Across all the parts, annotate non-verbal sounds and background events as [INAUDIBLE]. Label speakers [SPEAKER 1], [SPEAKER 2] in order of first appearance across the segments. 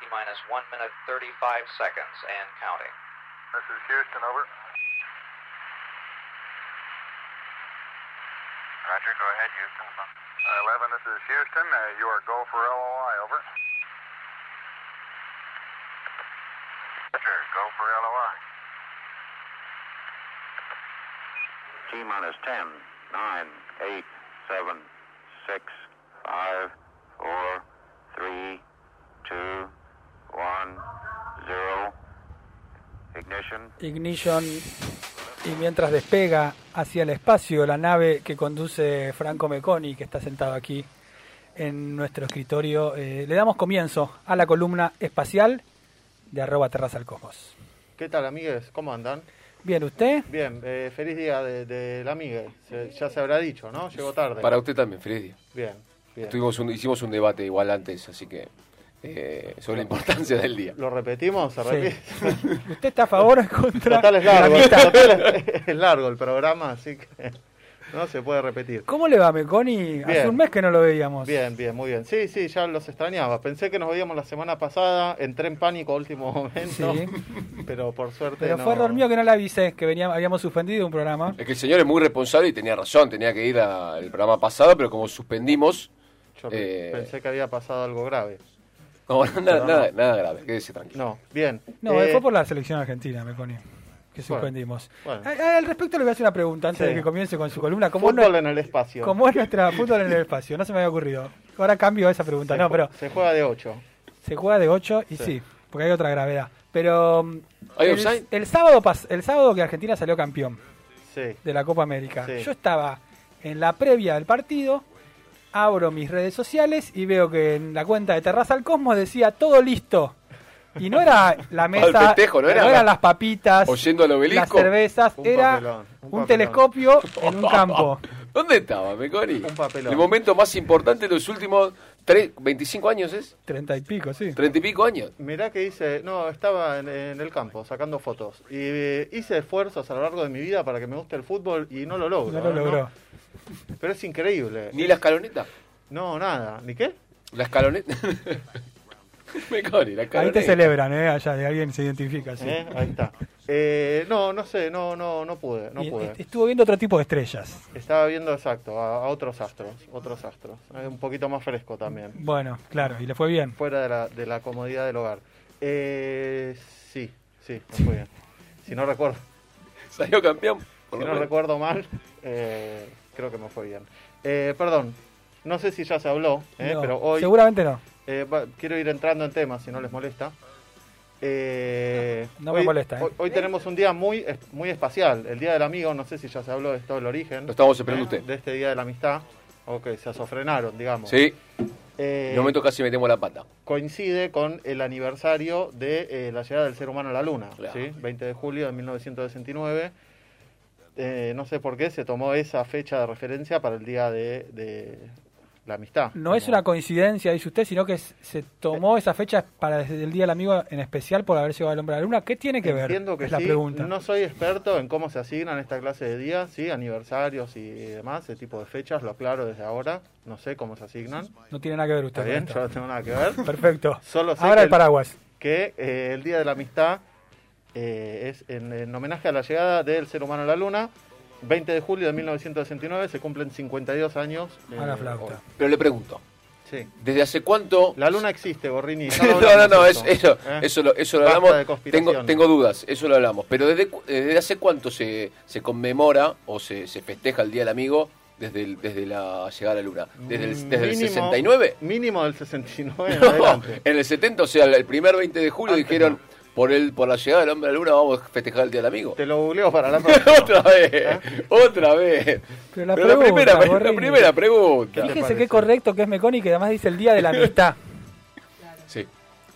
[SPEAKER 1] T minus 1 minute 35 seconds and counting.
[SPEAKER 2] This is Houston, over.
[SPEAKER 3] Roger, go ahead, Houston.
[SPEAKER 2] Uh, 11, this is Houston. Uh, you are go for LOI, over.
[SPEAKER 3] Roger, go for LOI.
[SPEAKER 4] T minus 10, 9, 8, 7, 6, 5, 4, 3, 2, 1, 0. Ignition.
[SPEAKER 5] Ignition. Y mientras despega hacia el espacio la nave que conduce Franco Meconi, que está sentado aquí en nuestro escritorio, eh, le damos comienzo a la columna espacial de arroba terraza al cosmos.
[SPEAKER 6] ¿Qué tal, amigues? ¿Cómo andan?
[SPEAKER 5] Bien, ¿usted?
[SPEAKER 6] Bien, eh, feliz día del de, la amiga. Se- ya se habrá dicho, ¿no? Llegó tarde.
[SPEAKER 7] Para usted también, Freddy.
[SPEAKER 6] Bien, bien.
[SPEAKER 7] Tuvimos un- hicimos un debate igual antes, así que eh, sobre la importancia del día.
[SPEAKER 6] ¿Lo repetimos? ¿Se repite?
[SPEAKER 5] [LAUGHS] ¿Usted está a favor o en contra?
[SPEAKER 6] Total es
[SPEAKER 5] de la
[SPEAKER 6] largo.
[SPEAKER 5] amistad?
[SPEAKER 6] total es, es largo el programa, así que [LAUGHS] no se puede repetir.
[SPEAKER 5] ¿Cómo le va, Meconi? Hace
[SPEAKER 6] Bien.
[SPEAKER 5] un mes que no lo veíamos.
[SPEAKER 6] Bien, bien, muy bien. Sí, sí, ya los extrañaba. Pensé que nos veíamos la semana pasada, entré en pánico a último momento,
[SPEAKER 5] Sí.
[SPEAKER 6] pero por suerte
[SPEAKER 5] Pero
[SPEAKER 6] no.
[SPEAKER 5] fue error mío que no le avisé, que veníamos, habíamos suspendido un programa.
[SPEAKER 7] Es que el señor es muy responsable y tenía razón, tenía que ir a- al programa pasado, pero como suspendimos,
[SPEAKER 6] Yo
[SPEAKER 7] Eh.
[SPEAKER 6] pensé que había pasado algo grave.
[SPEAKER 7] no, nada,
[SPEAKER 6] no.
[SPEAKER 7] nada- nada grave, quédese tranquilo.
[SPEAKER 6] No, bien.
[SPEAKER 5] No,
[SPEAKER 6] Eh,
[SPEAKER 5] fue por la selección argentina, Meconi, que suspendimos.
[SPEAKER 6] bueno.
[SPEAKER 5] A- a- Al respecto le voy a hacer una pregunta antes
[SPEAKER 6] Sí.
[SPEAKER 5] de que comience con su columna. Como
[SPEAKER 6] Fútbol
[SPEAKER 5] no-
[SPEAKER 6] en el espacio.
[SPEAKER 5] Como es nuestra fútbol en el espacio? No se me había ocurrido. Ahora cambio esa pregunta.
[SPEAKER 6] Se
[SPEAKER 5] No,
[SPEAKER 6] ju-
[SPEAKER 5] pero
[SPEAKER 6] Se juega de 8.
[SPEAKER 5] se juega de 8 y sí,
[SPEAKER 6] Sí.
[SPEAKER 5] porque hay otra gravedad. Pero mm,
[SPEAKER 7] ¿Hay
[SPEAKER 5] el,
[SPEAKER 7] offside?
[SPEAKER 5] el sábado pas- el sábado que Argentina salió campeón
[SPEAKER 6] Sí.
[SPEAKER 5] de la Copa América,
[SPEAKER 6] Sí.
[SPEAKER 5] yo estaba en la previa del partido, abro mis redes sociales y veo que en la cuenta de Terraza al Cosmos decía todo listo. Y no era
[SPEAKER 7] [LAUGHS]
[SPEAKER 5] la mesa,
[SPEAKER 7] el festejo, no era
[SPEAKER 5] eran
[SPEAKER 7] la-
[SPEAKER 5] las papitas,
[SPEAKER 7] Oyendo al
[SPEAKER 5] las
[SPEAKER 7] obelisco.
[SPEAKER 5] cervezas,
[SPEAKER 6] Un
[SPEAKER 5] era
[SPEAKER 6] papelón, un
[SPEAKER 5] un
[SPEAKER 6] papelón.
[SPEAKER 5] telescopio
[SPEAKER 7] [LAUGHS]
[SPEAKER 5] en un campo.
[SPEAKER 7] ¿Dónde estaba, Meconi?
[SPEAKER 6] Un papelón.
[SPEAKER 7] El momento más importante de los últimos tres, 25 años, ¿es?
[SPEAKER 5] Treinta y pico, sí.
[SPEAKER 7] ¿30 y pico años?
[SPEAKER 6] Mirá que hice, no, estaba en, en el campo sacando fotos y eh, hice esfuerzos a lo largo de mi vida para que me guste el fútbol y no lo logro.
[SPEAKER 5] No lo
[SPEAKER 6] ¿no?
[SPEAKER 5] logró.
[SPEAKER 6] Pero es increíble.
[SPEAKER 7] ¿Ni la escaloneta?
[SPEAKER 6] No, nada. ¿Ni qué?
[SPEAKER 7] ¿La [LAUGHS] escaloneta? Meconi, la escaloneta.
[SPEAKER 5] Ahí te celebran, ¿eh? Allá de alguien se identifica, sí.
[SPEAKER 6] ¿Eh? Ahí está. Eh, no, no sé, no, no, no pude, no
[SPEAKER 5] Y este-
[SPEAKER 6] pude.
[SPEAKER 5] est- Estuvo viendo otro tipo de estrellas.
[SPEAKER 6] Estaba viendo exacto a, a otros astros, otros astros, Eh, un poquito más fresco también,
[SPEAKER 5] Bueno, claro, y le fue bien.
[SPEAKER 6] fuera de la, de la comodidad del hogar. Eh, sí, sí, me fue bien. Si no recuerdo,
[SPEAKER 7] Salió campeón. por
[SPEAKER 6] Si
[SPEAKER 7] lo
[SPEAKER 6] no
[SPEAKER 7] menos.
[SPEAKER 6] recuerdo mal, eh, creo que me fue bien. Eh, perdón, no sé si ya se habló, eh,
[SPEAKER 5] No,
[SPEAKER 6] pero hoy
[SPEAKER 5] Seguramente no,
[SPEAKER 6] eh, va- quiero ir entrando en temas si no les molesta. Eh,
[SPEAKER 5] No me
[SPEAKER 6] hoy-
[SPEAKER 5] molesta, eh.
[SPEAKER 6] Hoy, hoy tenemos un día muy, es- muy espacial, el Día del Amigo, no sé si ya se habló de todo el origen.
[SPEAKER 7] Lo estamos esperando
[SPEAKER 6] eh,
[SPEAKER 7] usted.
[SPEAKER 6] De este Día de la Amistad, o que se asofrenaron, digamos.
[SPEAKER 7] Sí,
[SPEAKER 6] Eh,
[SPEAKER 7] en un momento casi metemos la pata.
[SPEAKER 6] coincide con el aniversario de eh, la llegada del ser humano a la Luna,
[SPEAKER 7] Claro.
[SPEAKER 6] ¿sí? 20 de julio de 1969. Eh, no sé por qué se tomó esa fecha de referencia para el Día de, de la Amistad.
[SPEAKER 5] no es
[SPEAKER 6] Como- Eh.
[SPEAKER 5] una coincidencia, dice usted, sino que s- se tomó esa fecha para desde el Día del Amigo en especial por haber llegado al hombre a la luna. ¿Qué tiene que ver?
[SPEAKER 6] Entiendo que
[SPEAKER 5] es la
[SPEAKER 6] sí,
[SPEAKER 5] pregunta.
[SPEAKER 6] no soy experto en cómo se asignan esta clase de días, ¿sí? aniversarios y demás, ese tipo de fechas, lo aclaro desde ahora, no sé cómo se asignan.
[SPEAKER 5] No tiene nada que ver usted.
[SPEAKER 6] Está
[SPEAKER 5] con
[SPEAKER 6] bien,
[SPEAKER 5] esto.
[SPEAKER 6] yo no tengo nada que ver.
[SPEAKER 5] Perfecto.
[SPEAKER 6] [LAUGHS] Solo sé
[SPEAKER 5] Ahora
[SPEAKER 6] que
[SPEAKER 5] el
[SPEAKER 6] el-
[SPEAKER 5] paraguas.
[SPEAKER 6] que eh, el Día de la Amistad eh, es en, en homenaje a la llegada del ser humano a la Luna. 20 de julio de 1969 se cumplen 52 años. eh,
[SPEAKER 5] A la flauta.
[SPEAKER 6] hoy.
[SPEAKER 7] Pero le pregunto,
[SPEAKER 6] Sí.
[SPEAKER 7] ¿desde hace cuánto? [LAUGHS]
[SPEAKER 6] La Luna existe, Borrini. ya lo
[SPEAKER 7] no, no, no,
[SPEAKER 6] hablamos
[SPEAKER 7] es- eso,
[SPEAKER 6] ¿eh?
[SPEAKER 7] eso lo, eso lo
[SPEAKER 6] Basta de
[SPEAKER 7] hablamos.
[SPEAKER 6] conspiraciones.
[SPEAKER 7] Tengo, tengo dudas, eso lo hablamos. Pero ¿desde, cu- desde hace cuánto se, se conmemora o se, se festeja el Día del Amigo desde, el- desde la llegada a la Luna? ¿Desde el, desde el
[SPEAKER 6] Mínimo-
[SPEAKER 7] 69?
[SPEAKER 6] Mínimo del 69
[SPEAKER 7] [LAUGHS]
[SPEAKER 6] en
[SPEAKER 7] No,
[SPEAKER 6] adelante.
[SPEAKER 7] en el 70, o sea, el primer 20 de julio
[SPEAKER 6] Antes
[SPEAKER 7] dijeron,
[SPEAKER 6] no.
[SPEAKER 7] por, el, por la llegada del hombre a la Luna vamos a festejar el Día del Amigo. [LAUGHS]
[SPEAKER 6] Te lo ¿Eh? googleo para la próxima.
[SPEAKER 7] otra vez, otra vez.
[SPEAKER 5] Pero la pregunta,
[SPEAKER 7] primera, la
[SPEAKER 5] Gorrini.
[SPEAKER 7] primera pregunta.
[SPEAKER 6] ¿Qué le
[SPEAKER 5] Fíjese
[SPEAKER 6] parece?
[SPEAKER 5] qué correcto que es Meconi, que además dice el Día de
[SPEAKER 6] [LAUGHS]
[SPEAKER 5] la Amistad.
[SPEAKER 7] Sí.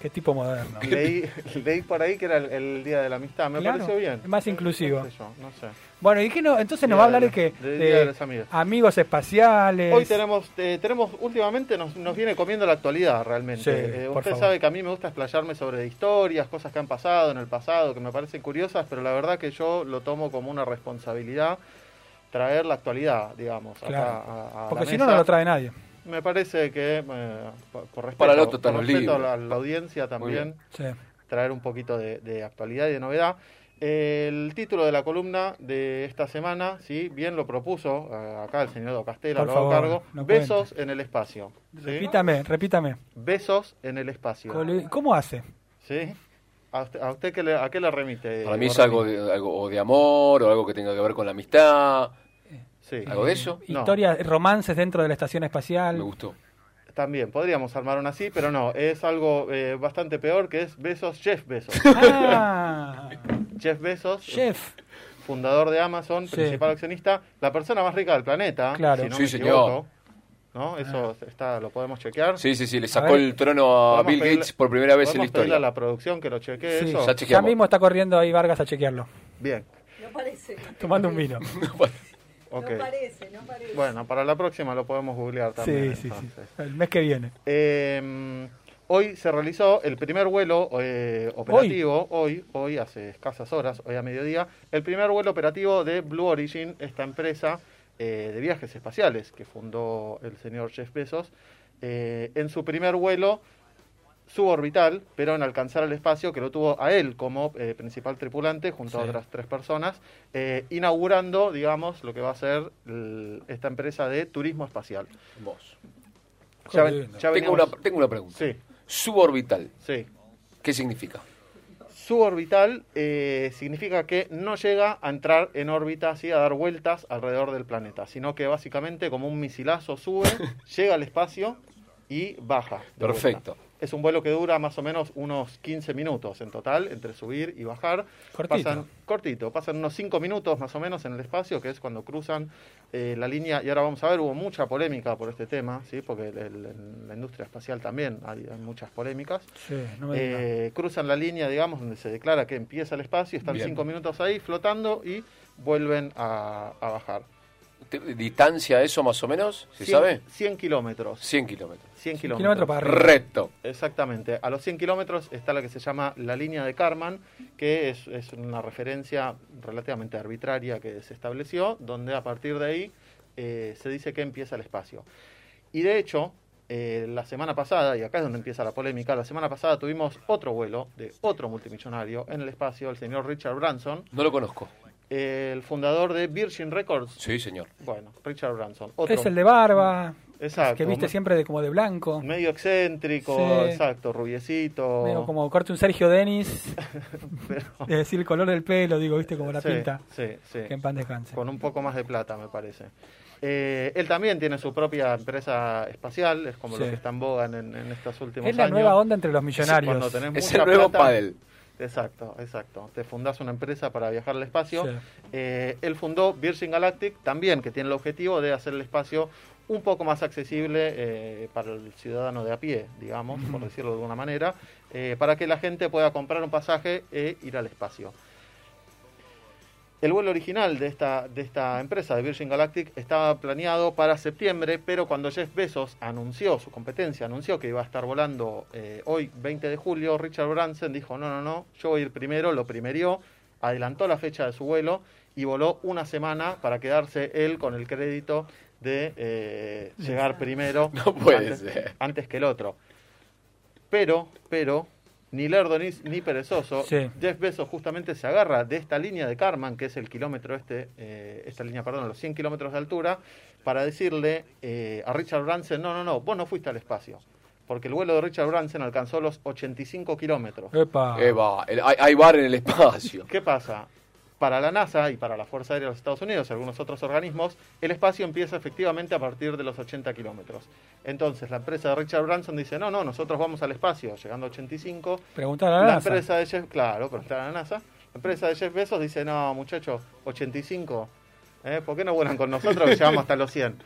[SPEAKER 5] qué tipo moderno.
[SPEAKER 6] Leí, leí por ahí que era el, el Día de la Amistad, me
[SPEAKER 5] Claro,
[SPEAKER 6] pareció bien.
[SPEAKER 5] es más inclusivo.
[SPEAKER 6] No sé yo, no sé.
[SPEAKER 5] Bueno, ¿y qué no? Entonces nos
[SPEAKER 6] Día
[SPEAKER 5] va a
[SPEAKER 6] de
[SPEAKER 5] hablar de
[SPEAKER 6] la-
[SPEAKER 5] que eh,
[SPEAKER 6] de- Día de los amigos.
[SPEAKER 5] espaciales.
[SPEAKER 6] Hoy tenemos, eh, tenemos últimamente nos, nos viene comiendo la actualidad realmente.
[SPEAKER 5] Sí,
[SPEAKER 6] Eh,
[SPEAKER 5] por
[SPEAKER 6] usted
[SPEAKER 5] favor.
[SPEAKER 6] sabe que a mí me gusta explayarme sobre historias, cosas que han pasado en el pasado, que me parecen curiosas, pero la verdad que yo lo tomo como una responsabilidad traer la actualidad, digamos, acá
[SPEAKER 5] Claro.
[SPEAKER 6] a- a la
[SPEAKER 5] Porque si no,
[SPEAKER 6] mesa.
[SPEAKER 5] no lo trae nadie.
[SPEAKER 6] Me parece que, eh, por, por respeto,
[SPEAKER 7] Para el otro están
[SPEAKER 6] por
[SPEAKER 7] los
[SPEAKER 6] respeto a
[SPEAKER 7] libros.
[SPEAKER 6] la, a la audiencia también,
[SPEAKER 7] bien.
[SPEAKER 5] Sí.
[SPEAKER 6] traer un poquito de, de actualidad y de novedad. El título de la columna de esta semana, sí, bien lo propuso eh, acá el señor Castela,
[SPEAKER 5] Por
[SPEAKER 6] lo hago
[SPEAKER 5] favor,
[SPEAKER 6] cargo.
[SPEAKER 5] no
[SPEAKER 6] Besos en el espacio. ¿sí?
[SPEAKER 5] Repítame, repítame.
[SPEAKER 6] Besos en el espacio.
[SPEAKER 5] Cole- ¿Cómo hace?
[SPEAKER 6] ¿Sí? ¿A usted, a usted qué le- a qué le remite?
[SPEAKER 7] Para mí es
[SPEAKER 6] Gorriti?
[SPEAKER 7] algo de, algo o de amor o algo que tenga que ver con la amistad.
[SPEAKER 6] Sí.
[SPEAKER 7] algo de eso.
[SPEAKER 6] No.
[SPEAKER 5] Historias, romances dentro de la estación
[SPEAKER 7] Me
[SPEAKER 5] espacial.
[SPEAKER 7] gustó.
[SPEAKER 6] También, podríamos armar una así, pero no, es algo eh, bastante peor que es Besos, Jeff
[SPEAKER 7] [LAUGHS]
[SPEAKER 6] Besos.
[SPEAKER 5] Ah,
[SPEAKER 6] Jeff
[SPEAKER 5] [LAUGHS]
[SPEAKER 6] Besos,
[SPEAKER 5] chef.
[SPEAKER 6] fundador de Amazon,
[SPEAKER 5] Sí.
[SPEAKER 6] principal accionista, la persona más rica del planeta,
[SPEAKER 5] Claro. Ah.
[SPEAKER 6] si no
[SPEAKER 7] Sí,
[SPEAKER 6] me
[SPEAKER 7] señor.
[SPEAKER 6] equivoco. ¿No? Eso está, lo podemos chequear.
[SPEAKER 7] Sí, sí, sí, le
[SPEAKER 5] A
[SPEAKER 7] sacó
[SPEAKER 5] ver.
[SPEAKER 7] el trono a
[SPEAKER 6] Podemos
[SPEAKER 7] Bill
[SPEAKER 6] pedirle-
[SPEAKER 7] Gates por primera vez en la
[SPEAKER 6] podemos pedirle
[SPEAKER 7] historia.
[SPEAKER 6] a la producción que lo chequee
[SPEAKER 5] Sí,
[SPEAKER 6] eso.
[SPEAKER 7] Ya
[SPEAKER 5] Ya
[SPEAKER 7] chequeamos.
[SPEAKER 5] mismo está corriendo ahí Vargas a chequearlo,
[SPEAKER 6] Bien,
[SPEAKER 8] No parece.
[SPEAKER 5] tomando un
[SPEAKER 6] [LAUGHS]
[SPEAKER 5] vino.
[SPEAKER 7] [LAUGHS]
[SPEAKER 6] ok.
[SPEAKER 8] No parece, no parece.
[SPEAKER 6] Bueno, para la próxima lo podemos googlear
[SPEAKER 5] Sí,
[SPEAKER 6] también.
[SPEAKER 5] sí, sí.
[SPEAKER 6] entonces.
[SPEAKER 5] El mes que viene.
[SPEAKER 6] Eh, hoy se realizó el primer vuelo eh, operativo, hoy. hoy, hace escasas horas, hoy a mediodía, el primer vuelo operativo de Blue Origin, esta empresa eh, de viajes espaciales que fundó el señor Jeff Bezos, eh, en su primer vuelo suborbital, pero en alcanzar el espacio que lo tuvo a él como eh, principal tripulante junto a
[SPEAKER 7] Sí.
[SPEAKER 6] otras tres personas, eh, inaugurando, digamos, lo que va a ser el- esta empresa de turismo espacial.
[SPEAKER 7] Vos.
[SPEAKER 6] Ya
[SPEAKER 5] Qué
[SPEAKER 6] ven-
[SPEAKER 5] lindo.
[SPEAKER 6] ya
[SPEAKER 7] Tengo,
[SPEAKER 6] veníamos-
[SPEAKER 7] una, tengo una pregunta.
[SPEAKER 6] Sí,
[SPEAKER 7] Suborbital,
[SPEAKER 6] sí.
[SPEAKER 7] ¿qué significa?
[SPEAKER 6] Suborbital eh, significa que no llega a entrar en órbita, así a dar vueltas alrededor del planeta, sino que básicamente como un misilazo sube, llega al espacio y baja. de vuelta.
[SPEAKER 7] Perfecto.
[SPEAKER 6] Es un vuelo que dura más o menos unos 15 minutos en total, entre subir y bajar.
[SPEAKER 5] Cortito.
[SPEAKER 6] Pasan, cortito, pasan unos 5 minutos más o menos en el espacio, que es cuando cruzan eh, la línea. Y ahora vamos a ver, hubo mucha polémica por este tema, ¿sí? porque el- el- en la industria espacial también hay- hay muchas polémicas.
[SPEAKER 5] Sí, no me digas.
[SPEAKER 6] Eh, cruzan la línea, digamos, donde se declara que empieza el espacio, están
[SPEAKER 7] Bien.
[SPEAKER 6] cinco minutos ahí flotando y vuelven a, a bajar.
[SPEAKER 7] Te- ¿Distancia eso más o menos? ¿Se
[SPEAKER 6] Cien-
[SPEAKER 7] sabe?
[SPEAKER 6] 100 kilómetros.
[SPEAKER 7] 100 kilómetros.
[SPEAKER 6] 100
[SPEAKER 5] kilómetros
[SPEAKER 6] kilómetros.
[SPEAKER 5] para arriba.
[SPEAKER 7] Recto.
[SPEAKER 6] Exactamente. A los 100 kilómetros está la que se llama la línea de Karman, que es, es una referencia relativamente arbitraria que se estableció, donde a partir de ahí eh, se dice que empieza el espacio. Y de hecho, eh, la semana pasada, y acá es donde empieza la polémica, la semana pasada tuvimos otro vuelo de otro multimillonario en el espacio, el señor Richard Branson,
[SPEAKER 7] No lo conozco.
[SPEAKER 6] eh, el fundador de Virgin Records.
[SPEAKER 7] Sí, señor.
[SPEAKER 6] Bueno, Richard Branson. Otro,
[SPEAKER 5] Es el de barba,
[SPEAKER 6] Exacto,
[SPEAKER 5] que viste
[SPEAKER 6] me-
[SPEAKER 5] siempre de, como de blanco.
[SPEAKER 6] Medio excéntrico,
[SPEAKER 5] Sí.
[SPEAKER 6] exacto, rubiecito.
[SPEAKER 5] Medio como corte un Sergio Denis,
[SPEAKER 6] [LAUGHS] pero-
[SPEAKER 5] es decir, el color del pelo, digo, viste, como la
[SPEAKER 6] Sí,
[SPEAKER 5] pinta.
[SPEAKER 6] sí, sí.
[SPEAKER 5] Que en pan descanse.
[SPEAKER 6] Con un poco más de plata, me parece. Eh, él también tiene su propia empresa espacial, es como
[SPEAKER 5] Sí.
[SPEAKER 6] lo que está en boga en, en estos últimos
[SPEAKER 5] Es la
[SPEAKER 6] años.
[SPEAKER 5] nueva onda entre los millonarios.
[SPEAKER 6] Cuando tenés
[SPEAKER 7] Es
[SPEAKER 6] mucha
[SPEAKER 7] el nuevo
[SPEAKER 6] plata-
[SPEAKER 7] pádel.
[SPEAKER 6] Exacto, exacto. Te fundás una empresa para viajar al espacio.
[SPEAKER 5] Sí.
[SPEAKER 6] Eh, él fundó Virgin Galactic también, que tiene el objetivo de hacer el espacio un poco más accesible eh, para el ciudadano de a pie, digamos, por decirlo de alguna manera, eh, para que la gente pueda comprar un pasaje e ir al espacio. El vuelo original de esta, de esta empresa, de Virgin Galactic, estaba planeado para septiembre, pero cuando Jeff Bezos anunció su competencia, anunció que iba a estar volando eh, hoy, 20 de julio, Richard Branson dijo, no, no, no, yo voy a ir primero, lo primerió, adelantó la fecha de su vuelo y voló una semana para quedarse él con el crédito de eh, llegar primero
[SPEAKER 7] [LAUGHS] No puede
[SPEAKER 6] antes-
[SPEAKER 7] ser.
[SPEAKER 6] antes que el otro. Pero, pero, ni lerdo ni, ni perezoso,
[SPEAKER 5] Sí.
[SPEAKER 6] Jeff Bezos justamente se agarra de esta línea de Karman, que es el kilómetro este, eh, esta línea, perdón, los 100 kilómetros de altura, para decirle eh, a Richard Branson, no, no, no, vos no fuiste al espacio. Porque el vuelo de Richard Branson alcanzó los 85 kilómetros.
[SPEAKER 5] Epa.
[SPEAKER 6] Eh,
[SPEAKER 7] Eva, el- hay, hay bar en el espacio.
[SPEAKER 6] ¿Qué pasa? Para la NASA y para la Fuerza Aérea de los Estados Unidos y algunos otros organismos, el espacio empieza efectivamente a partir de los 80 kilómetros. Entonces, la empresa de Richard Branson dice, no, no, nosotros vamos al espacio, llegando a 85.
[SPEAKER 5] Preguntar a
[SPEAKER 6] La,
[SPEAKER 5] la, NASA.
[SPEAKER 6] empresa de Jeff, claro, pero está la NASA. La empresa de Jeff Bezos dice, no, muchachos, 85. ¿eh? ¿Por qué no vuelan con nosotros que llegamos hasta los 100?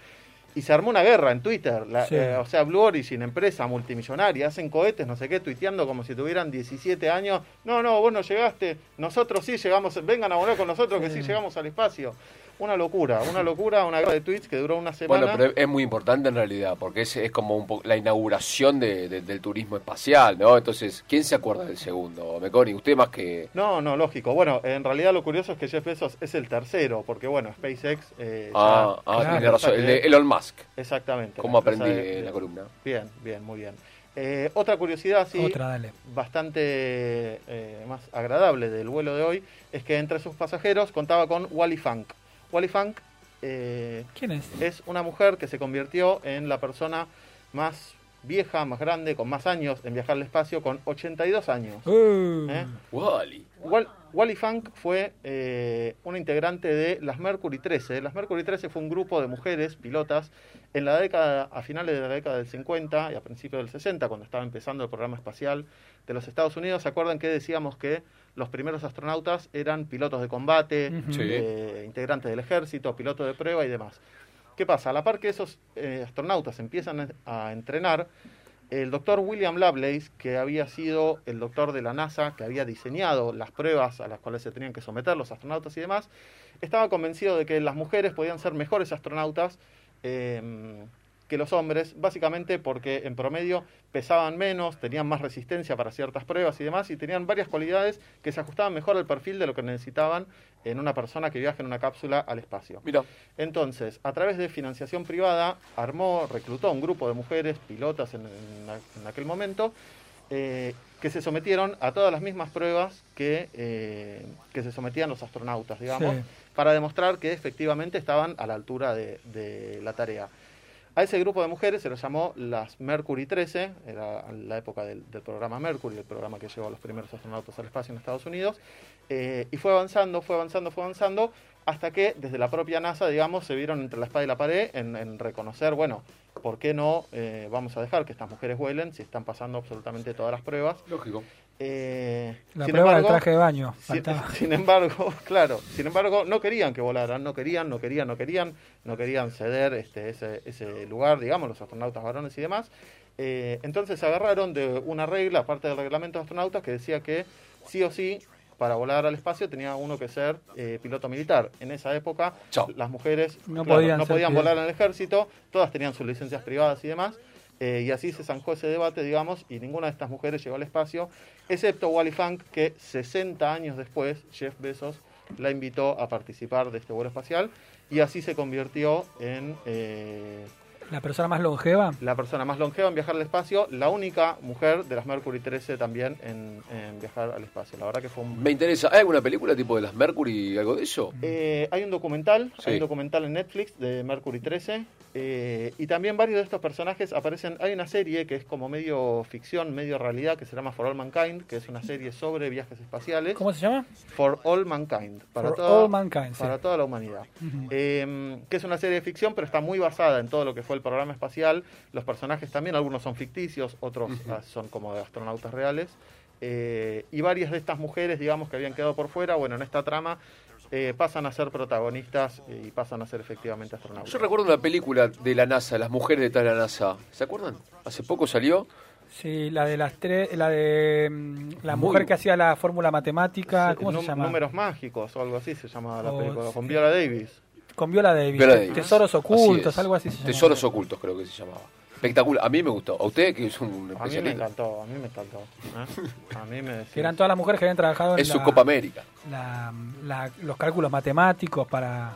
[SPEAKER 6] Y se armó una guerra en Twitter. la-
[SPEAKER 5] Sí.
[SPEAKER 6] eh, o sea, Blue Origin, empresa multimillonaria, hacen cohetes, no sé qué, tuiteando como si tuvieran 17 años. No, no, vos no llegaste. Nosotros sí llegamos. Vengan a volar con nosotros que sí llegamos al espacio. Una locura, una locura, una guerra de tweets que duró una semana.
[SPEAKER 7] Bueno, pero es muy importante en realidad, porque es, es como un po- la inauguración de- de- del turismo espacial, ¿no? Entonces, ¿quién se acuerda del segundo? Meconi, usted más que...
[SPEAKER 6] No, no, lógico. Bueno, en realidad lo curioso es que Jeff Bezos es el tercero, porque bueno, SpaceX... eh,
[SPEAKER 7] Ah,
[SPEAKER 6] ya-
[SPEAKER 7] ah,
[SPEAKER 5] claro.
[SPEAKER 7] tiene razón, el de Elon Musk.
[SPEAKER 6] Exactamente.
[SPEAKER 7] ¿Cómo
[SPEAKER 6] la empresa
[SPEAKER 7] aprendí
[SPEAKER 6] de-
[SPEAKER 7] en la columna?
[SPEAKER 6] Bien, bien, muy bien. Eh, otra curiosidad, sí,
[SPEAKER 5] Otra, dale.
[SPEAKER 6] bastante eh, más agradable del vuelo de hoy, es que entre sus pasajeros contaba con Wally Funk. Wally Funk eh,
[SPEAKER 5] ¿Quién es?
[SPEAKER 6] es una mujer que se convirtió en la persona más vieja, más grande, con más años en viajar al espacio, con 82 años.
[SPEAKER 5] Uh,
[SPEAKER 6] ¿eh?
[SPEAKER 7] Wally.
[SPEAKER 6] Wal- Wally Funk fue eh, una integrante de las Mercury 13. Las Mercury 13 fue un grupo de mujeres pilotas en la década, a finales de la década del 50 y a principios del 60, cuando estaba empezando el programa espacial de los Estados Unidos. ¿Se acuerdan que decíamos que los primeros astronautas eran pilotos de combate,
[SPEAKER 5] Ujú.
[SPEAKER 7] Sí.
[SPEAKER 6] eh, integrantes del ejército, pilotos de prueba y demás? ¿Qué pasa? A la par que esos eh, astronautas empiezan a a entrenar, el doctor William Lovelace, que había sido el doctor de la NASA, que había diseñado las pruebas a las cuales se tenían que someter los astronautas y demás, estaba convencido de que las mujeres podían ser mejores astronautas eh, que los hombres, básicamente porque en promedio pesaban menos, tenían más resistencia para ciertas pruebas y demás, y tenían varias cualidades que se ajustaban mejor al perfil de lo que necesitaban en una persona que viaje en una cápsula al espacio.
[SPEAKER 7] Mira,
[SPEAKER 6] Entonces, a través de financiación privada, armó, reclutó a un grupo de mujeres pilotas en, en a- en aquel momento eh, que se sometieron a todas las mismas pruebas que, eh, que se sometían los astronautas, digamos,
[SPEAKER 5] Sí.
[SPEAKER 6] para demostrar que efectivamente estaban a la altura de, de la tarea. A ese grupo de mujeres se lo llamó las Mercury 13, era la época del, del programa Mercury, el programa que llevó a los primeros astronautas al espacio en Estados Unidos, eh, y fue avanzando, fue avanzando, fue avanzando, hasta que desde la propia NASA, digamos, se vieron entre la espada y la pared en, en reconocer, bueno, ¿por qué no eh, vamos a dejar que estas mujeres vuelen si están pasando absolutamente todas las pruebas?
[SPEAKER 7] lógico.
[SPEAKER 6] Eh,
[SPEAKER 5] la
[SPEAKER 6] sin
[SPEAKER 5] prueba del
[SPEAKER 6] embargo,
[SPEAKER 5] traje de baño.
[SPEAKER 6] sin,
[SPEAKER 5] Faltaba.
[SPEAKER 6] [LAUGHS] sin embargo, claro, sin embargo, no querían que volaran, no querían, no querían, no querían, no querían ceder este, ese, ese lugar, digamos, los astronautas varones y demás. Eh, entonces se agarraron de una regla, aparte del reglamento de astronautas, que decía que sí o sí, para volar al espacio tenía uno que ser eh, piloto militar. En esa época,
[SPEAKER 7] Chao.
[SPEAKER 6] las mujeres
[SPEAKER 5] No
[SPEAKER 6] no
[SPEAKER 5] podían
[SPEAKER 6] podían, no
[SPEAKER 5] ser
[SPEAKER 6] podían
[SPEAKER 5] pilotos.
[SPEAKER 6] volar en el ejército, todas tenían sus licencias privadas y demás. Eh, y así se zanjó ese debate, digamos, y ninguna de estas mujeres llegó al espacio, excepto Wally Funk, que 60 años después, Jeff Bezos la invitó a participar de este vuelo espacial, y así se convirtió en eh,
[SPEAKER 5] La persona más longeva.
[SPEAKER 6] la persona más longeva en viajar al espacio, la única mujer de las Mercury 13 también en, en viajar al espacio. La verdad que fue un...
[SPEAKER 7] Me interesa, ¿hay alguna película tipo de las Mercury, algo de eso?
[SPEAKER 6] Eh, hay un documental,
[SPEAKER 7] Mm. Sí.
[SPEAKER 6] hay un documental en Netflix de Mercury 13 eh, y también varios de estos personajes aparecen. Hay una serie que es como medio ficción, medio realidad que se llama For All Mankind, que es una serie sobre viajes espaciales.
[SPEAKER 5] ¿Cómo se llama?
[SPEAKER 6] For All Mankind, para
[SPEAKER 5] For
[SPEAKER 6] toda,
[SPEAKER 5] All Mankind, sí.
[SPEAKER 6] para toda la humanidad. Eh, que es una serie de ficción, pero está muy basada en todo lo que fue el programa espacial. Los personajes también, algunos son ficticios, otros ah, son como de astronautas reales. Eh, y varias de estas mujeres, digamos, que habían quedado por fuera, bueno, en esta trama eh, pasan a ser protagonistas eh, y pasan a ser efectivamente astronautas.
[SPEAKER 7] Yo recuerdo una película de la NASA, Las mujeres detrás de la NASA. ¿Se acuerdan? Hace poco salió.
[SPEAKER 5] Sí, la de las tres, la de mm, la
[SPEAKER 7] Muy
[SPEAKER 5] mujer
[SPEAKER 7] bu-
[SPEAKER 5] que hacía la fórmula matemática, ¿cómo
[SPEAKER 6] Nú-
[SPEAKER 5] se llama?
[SPEAKER 6] Eh, Números mágicos o algo así se llama la
[SPEAKER 5] Oh,
[SPEAKER 6] película, con
[SPEAKER 5] sí.
[SPEAKER 6] Viola Davis.
[SPEAKER 5] Con Viola Davis.
[SPEAKER 7] Viola Davis.
[SPEAKER 5] Tesoros ocultos,
[SPEAKER 7] es.
[SPEAKER 5] algo así se llama.
[SPEAKER 7] Tesoros ocultos creo que se llamaba. Espectacular. A mí me gustó. A usted, que es un
[SPEAKER 6] A mí me
[SPEAKER 7] especialista.
[SPEAKER 6] encantó, a mí me encantó. ¿eh? A mí me
[SPEAKER 5] Que eran todas las mujeres que habían trabajado en
[SPEAKER 7] Es su
[SPEAKER 5] la-
[SPEAKER 7] Copa América.
[SPEAKER 5] la- la- los cálculos matemáticos para,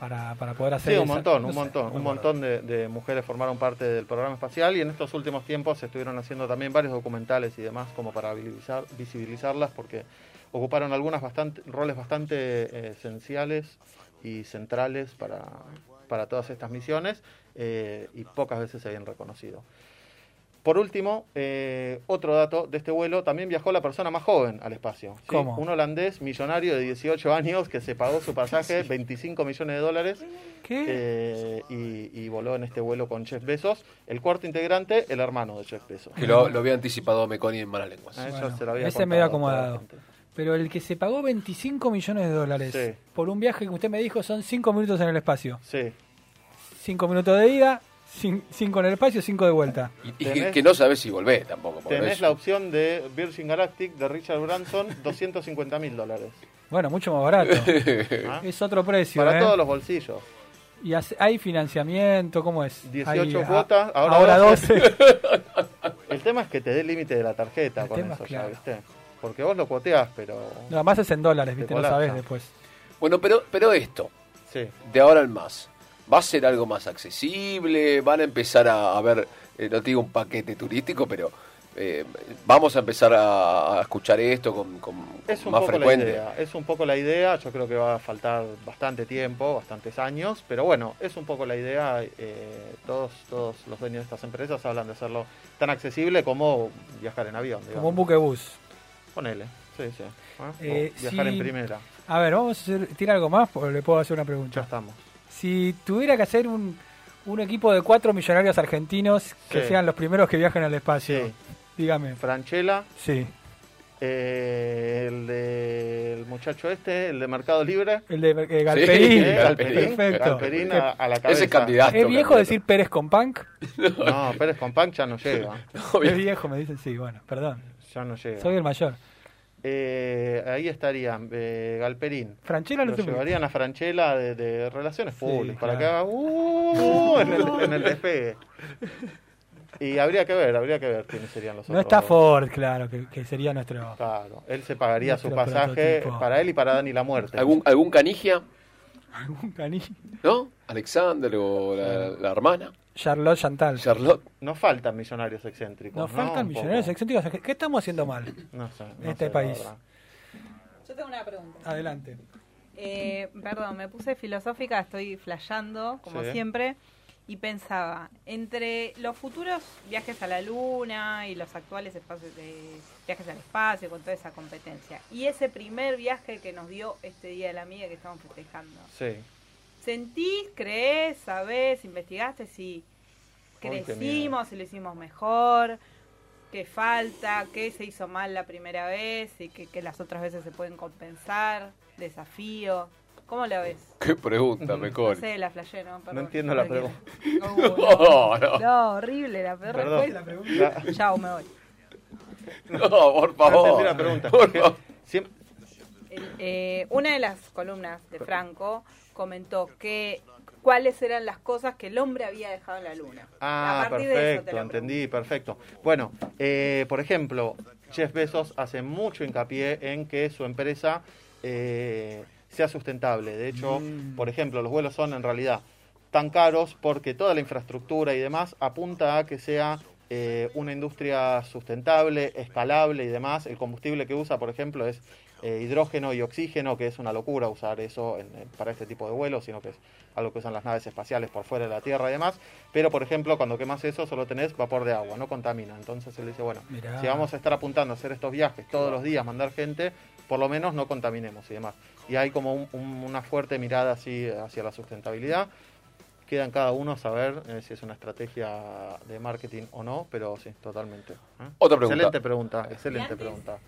[SPEAKER 5] para, para poder hacer
[SPEAKER 6] Sí, un
[SPEAKER 5] esa-
[SPEAKER 6] montón,
[SPEAKER 5] no
[SPEAKER 6] un
[SPEAKER 5] sé,
[SPEAKER 6] montón,
[SPEAKER 5] no
[SPEAKER 6] un
[SPEAKER 5] me acuerdo.
[SPEAKER 6] montón de, de mujeres formaron parte del programa espacial y en estos últimos tiempos se estuvieron haciendo también varios documentales y demás como para visibilizar- visibilizarlas porque ocuparon algunas bastante, roles bastante eh, esenciales y centrales para, para todas estas misiones eh, y pocas veces se habían reconocido. Por último, eh, otro dato de este vuelo, también viajó la persona más joven al espacio. ¿sí?
[SPEAKER 5] ¿Cómo?
[SPEAKER 6] Un holandés millonario de 18 años que se pagó su
[SPEAKER 5] [LAUGHS]
[SPEAKER 6] pasaje 25 millones de dólares
[SPEAKER 5] ¿Qué?
[SPEAKER 6] eh, y, y voló en este vuelo con Jeff Bezos. El cuarto integrante, el hermano de Jeff Bezos.
[SPEAKER 7] Que lo, lo había anticipado Meconi en Malas Lenguas.
[SPEAKER 6] A eso
[SPEAKER 5] Bueno,
[SPEAKER 6] se lo había
[SPEAKER 5] ese medio
[SPEAKER 6] contado a toda la
[SPEAKER 5] acomodado.
[SPEAKER 6] gente.
[SPEAKER 5] Pero el que se pagó 25 millones de dólares
[SPEAKER 6] Sí.
[SPEAKER 5] por un viaje que usted me dijo son 5 minutos en el espacio.
[SPEAKER 6] Sí,
[SPEAKER 5] 5 minutos de ida, 5 en el espacio, 5 de vuelta.
[SPEAKER 7] Y, y que,
[SPEAKER 6] Tenés-
[SPEAKER 7] que no sabes si volvés tampoco. porque
[SPEAKER 6] tenés
[SPEAKER 7] es-
[SPEAKER 5] [LAUGHS]
[SPEAKER 6] la opción de Virgin Galactic de Richard Branson, 250 mil dólares.
[SPEAKER 5] Bueno, mucho más barato.
[SPEAKER 7] [LAUGHS]
[SPEAKER 6] ¿ah?
[SPEAKER 5] es otro precio.
[SPEAKER 6] Para
[SPEAKER 5] ¿eh?
[SPEAKER 6] todos los bolsillos.
[SPEAKER 5] ¿Y hace- hay financiamiento? ¿Cómo es?
[SPEAKER 6] 18
[SPEAKER 5] Hay- ah, a-
[SPEAKER 6] cuotas, ahora
[SPEAKER 5] 12.
[SPEAKER 6] 12. [LAUGHS] El tema es que te dé el límite de la tarjeta
[SPEAKER 5] El
[SPEAKER 6] con
[SPEAKER 5] tema
[SPEAKER 6] eso,
[SPEAKER 5] es
[SPEAKER 6] ya,
[SPEAKER 5] claro.
[SPEAKER 6] ¿viste? Porque vos lo cuoteás, pero.
[SPEAKER 5] Nada más es en dólares, viste,
[SPEAKER 6] Te
[SPEAKER 5] lo
[SPEAKER 6] colapsa.
[SPEAKER 5] sabés después.
[SPEAKER 7] Bueno, pero, pero esto,
[SPEAKER 6] Sí.
[SPEAKER 7] de ahora al más, ¿va a ser algo más accesible? ¿Van a empezar a, a ver, eh, no te digo un paquete turístico, pero eh, vamos a empezar a, a escuchar esto con, con-
[SPEAKER 6] Es
[SPEAKER 7] con
[SPEAKER 6] un
[SPEAKER 7] más
[SPEAKER 6] poco
[SPEAKER 7] frecuente?
[SPEAKER 6] la idea, es un poco la idea, yo creo que va a faltar bastante tiempo, bastantes años, pero bueno, es un poco la idea, eh, todos, todos los dueños de estas empresas hablan de hacerlo tan accesible como viajar en avión, digamos.
[SPEAKER 5] Como un buquebús.
[SPEAKER 6] Ponele, sí, sí. ¿Ah? O
[SPEAKER 5] Eh,
[SPEAKER 6] viajar
[SPEAKER 5] sí.
[SPEAKER 6] en primera,
[SPEAKER 5] A ver, vamos a hacer, ¿tiene algo más? Porque le puedo hacer una
[SPEAKER 6] ya
[SPEAKER 5] pregunta.
[SPEAKER 6] estamos.
[SPEAKER 5] Si tuviera que hacer un, un equipo de cuatro millonarios argentinos que
[SPEAKER 6] Sí.
[SPEAKER 5] sean los primeros que viajen al espacio,
[SPEAKER 6] Sí,
[SPEAKER 5] dígame.
[SPEAKER 6] Franchella,
[SPEAKER 5] Sí,
[SPEAKER 6] eh, el del muchacho este, el de Mercado Libre.
[SPEAKER 5] el de eh, Galperín.
[SPEAKER 6] ¿eh? Galperín,
[SPEAKER 5] Perfecto.
[SPEAKER 6] Galperín a, a la cabeza.
[SPEAKER 7] Ese es candidato.
[SPEAKER 5] ¿Es viejo
[SPEAKER 7] candidato. [LAUGHS]
[SPEAKER 5] decir Pérez con Punk?
[SPEAKER 6] No, Pérez con Pan ya no llega,
[SPEAKER 5] Es viejo, me dicen, sí, bueno, perdón.
[SPEAKER 6] ya no llega.
[SPEAKER 5] Soy el mayor.
[SPEAKER 6] Eh, ahí estarían eh, Galperín.
[SPEAKER 5] Franchella
[SPEAKER 6] Lo
[SPEAKER 5] lo tengo.
[SPEAKER 6] llevarían a Franchella de, de Relaciones
[SPEAKER 5] Sí,
[SPEAKER 6] Públicas para que
[SPEAKER 5] claro.
[SPEAKER 6] haga ¡uh! en, el, en el despegue. Y habría que ver, habría que ver quiénes serían los
[SPEAKER 5] No
[SPEAKER 6] otros.
[SPEAKER 5] está Ford, claro, que, que sería nuestro...
[SPEAKER 6] Claro, él se pagaría
[SPEAKER 5] Nuestro
[SPEAKER 6] su pasaje
[SPEAKER 5] prototipo.
[SPEAKER 6] para él y para Dani la muerte.
[SPEAKER 7] ¿Algún, ¿Algún canigia?
[SPEAKER 5] algún canijo.
[SPEAKER 7] ¿No? Alexander o la, la hermana,
[SPEAKER 5] Charlotte Chantal.
[SPEAKER 7] Charlotte.
[SPEAKER 6] Nos faltan millonarios excéntricos.
[SPEAKER 5] Nos
[SPEAKER 6] ¿no?
[SPEAKER 5] faltan
[SPEAKER 6] Un poco.
[SPEAKER 5] millonarios excéntricos. ¿Qué- ¿Qué estamos haciendo mal?
[SPEAKER 6] No sé, no
[SPEAKER 5] en este
[SPEAKER 6] sé, la
[SPEAKER 5] país.
[SPEAKER 6] verdad.
[SPEAKER 8] Yo tengo una pregunta.
[SPEAKER 5] Adelante.
[SPEAKER 9] Eh, perdón, me puse filosófica, estoy flasheando, como
[SPEAKER 6] Sí.
[SPEAKER 9] siempre, y pensaba, entre los futuros viajes a la luna y los actuales espacios de viajes al espacio, con toda esa competencia, y ese primer viaje que nos dio este Día de la Amiga que estamos festejando,
[SPEAKER 6] Sí.
[SPEAKER 9] ¿sentís, crees, sabés, investigaste si
[SPEAKER 6] qué miedo.
[SPEAKER 9] crecimos, si lo hicimos mejor? ¿Qué falta? ¿Qué se hizo mal la primera vez? ¿Y que, que las otras veces se pueden compensar? ¿Desafío? ¿Cómo lo ves?
[SPEAKER 7] Qué pregunta, me
[SPEAKER 9] No
[SPEAKER 7] corre.
[SPEAKER 9] sé, la flashé, ¿no? Perdón.
[SPEAKER 6] No entiendo la
[SPEAKER 9] Tranquila.
[SPEAKER 6] pregunta. [LAUGHS]
[SPEAKER 9] No,
[SPEAKER 7] No,
[SPEAKER 9] hubo,
[SPEAKER 7] no,
[SPEAKER 9] no. No, horrible la peor
[SPEAKER 6] Perdón.
[SPEAKER 9] respuesta.
[SPEAKER 6] La-
[SPEAKER 9] Chao, me voy.
[SPEAKER 7] no, por
[SPEAKER 6] no entendí
[SPEAKER 7] favor.
[SPEAKER 6] la pregunta.
[SPEAKER 7] Por favor.
[SPEAKER 6] Siem-
[SPEAKER 9] El- eh, una de las columnas de Franco comentó que cuáles eran las cosas que el hombre había dejado en la luna.
[SPEAKER 6] Ah,
[SPEAKER 9] A partir de eso te
[SPEAKER 6] perfecto,
[SPEAKER 9] la
[SPEAKER 6] entendí, perfecto. Bueno, eh, por ejemplo, Jeff Bezos hace mucho hincapié en que su empresa eh, sea sustentable. De hecho, por ejemplo, los vuelos son en realidad tan caros porque toda la infraestructura y demás apunta a que sea eh, una industria sustentable, escalable y demás. El combustible que usa, por ejemplo, es eh, hidrógeno y oxígeno, que es una locura usar eso en- en- para este tipo de vuelos, sino que es algo que usan las naves espaciales por fuera de la Tierra y demás. Pero, por ejemplo, cuando quemas eso, solo tenés vapor de agua, no contamina. Entonces él dice, bueno,
[SPEAKER 5] Mirá.
[SPEAKER 6] si vamos a estar apuntando a hacer estos viajes todos los días, mandar gente, por lo menos no contaminemos y demás. Y hay como un- un- una fuerte mirada así eh, hacia la sustentabilidad. Queda en cada uno saber eh, si es una estrategia de marketing o no, pero sí, totalmente. ¿eh?
[SPEAKER 7] Otra pregunta.
[SPEAKER 6] Excelente pregunta, excelente pregunta.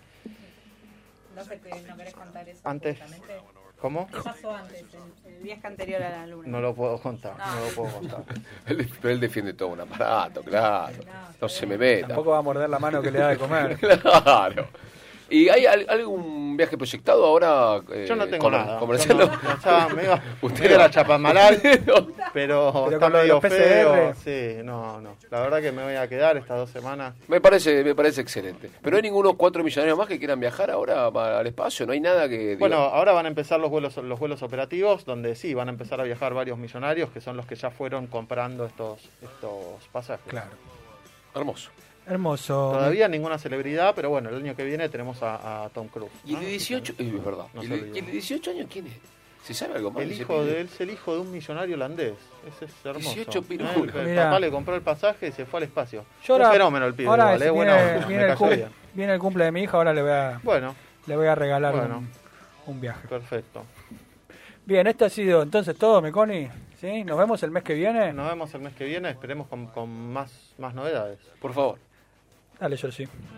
[SPEAKER 8] No sé, te- no querés contar eso.
[SPEAKER 6] Antes.
[SPEAKER 8] públicamente.
[SPEAKER 6] ¿Cómo?
[SPEAKER 8] ¿Qué pasó antes? El-
[SPEAKER 9] El viaje anterior a la luna.
[SPEAKER 6] No lo puedo contar, no,
[SPEAKER 9] No.
[SPEAKER 6] lo puedo
[SPEAKER 8] [LAUGHS]
[SPEAKER 6] contar.
[SPEAKER 7] Él, pero él defiende todo un aparato, claro. No se me meta.
[SPEAKER 5] Tampoco va a morder la mano que le da de
[SPEAKER 7] [LAUGHS]
[SPEAKER 5] comer.
[SPEAKER 7] Claro. ¿Y hay al- algún viaje proyectado ahora? eh,
[SPEAKER 6] Yo no tengo
[SPEAKER 7] con-
[SPEAKER 6] nada.
[SPEAKER 7] comercial?
[SPEAKER 6] Yo no-
[SPEAKER 7] [LAUGHS]
[SPEAKER 6] ya me iba,
[SPEAKER 7] Usted
[SPEAKER 6] me iba
[SPEAKER 7] no.
[SPEAKER 6] a Chapamalal,
[SPEAKER 7] [LAUGHS] No.
[SPEAKER 6] pero, está
[SPEAKER 5] con lo de
[SPEAKER 6] medio
[SPEAKER 5] los PCR.
[SPEAKER 6] feo. Sí, no, no. La verdad que me voy a quedar estas dos semanas.
[SPEAKER 7] Me parece, me parece excelente. Pero hay ningunos cuatro millonarios más que quieran viajar ahora pa- al espacio. No hay nada que. diga,
[SPEAKER 6] Bueno, ahora van a empezar los vuelos, los vuelos operativos, donde sí, van a empezar a viajar varios millonarios, que son los que ya fueron comprando estos, estos pasajes.
[SPEAKER 5] [LAUGHS] Claro.
[SPEAKER 7] hermoso.
[SPEAKER 5] Hermoso.
[SPEAKER 6] Todavía ninguna celebridad, pero bueno, el año que viene tenemos a, a Tom Cruise.
[SPEAKER 7] ¿Y el
[SPEAKER 6] ¿no?
[SPEAKER 7] de 18? eh, es verdad.
[SPEAKER 6] Ah, No
[SPEAKER 7] ¿Y
[SPEAKER 6] se
[SPEAKER 7] el,
[SPEAKER 6] olvide.
[SPEAKER 7] y el de 18 años quién es? ¿Se sabe algo más?
[SPEAKER 6] El
[SPEAKER 7] ese
[SPEAKER 6] hijo
[SPEAKER 7] pibe?
[SPEAKER 6] de él es el hijo de un millonario holandés. Ese es hermoso.
[SPEAKER 7] 18 pirulos.
[SPEAKER 6] Eh, El,
[SPEAKER 5] Mirá.
[SPEAKER 6] papá le compró el pasaje y se fue al espacio.
[SPEAKER 5] Yo
[SPEAKER 6] un
[SPEAKER 5] ahora-
[SPEAKER 6] fenómeno el pibe.
[SPEAKER 5] ahora
[SPEAKER 6] igual,
[SPEAKER 5] es-
[SPEAKER 6] eh, buena
[SPEAKER 5] viene,
[SPEAKER 6] onda,
[SPEAKER 5] viene
[SPEAKER 6] [LAUGHS] me
[SPEAKER 5] el
[SPEAKER 6] cayó
[SPEAKER 5] cum-
[SPEAKER 6] bien.
[SPEAKER 5] viene el cumple de mi hija, ahora le voy a,
[SPEAKER 6] Bueno,
[SPEAKER 5] le voy a regalar
[SPEAKER 6] Bueno.
[SPEAKER 5] un, un viaje.
[SPEAKER 6] perfecto.
[SPEAKER 5] Bien, esto ha sido entonces todo, Meconi. ¿Sí? Nos vemos el mes que viene.
[SPEAKER 6] Nos vemos el mes que viene, esperemos con, con más, más novedades.
[SPEAKER 7] Por favor.
[SPEAKER 5] Dale, yo sí.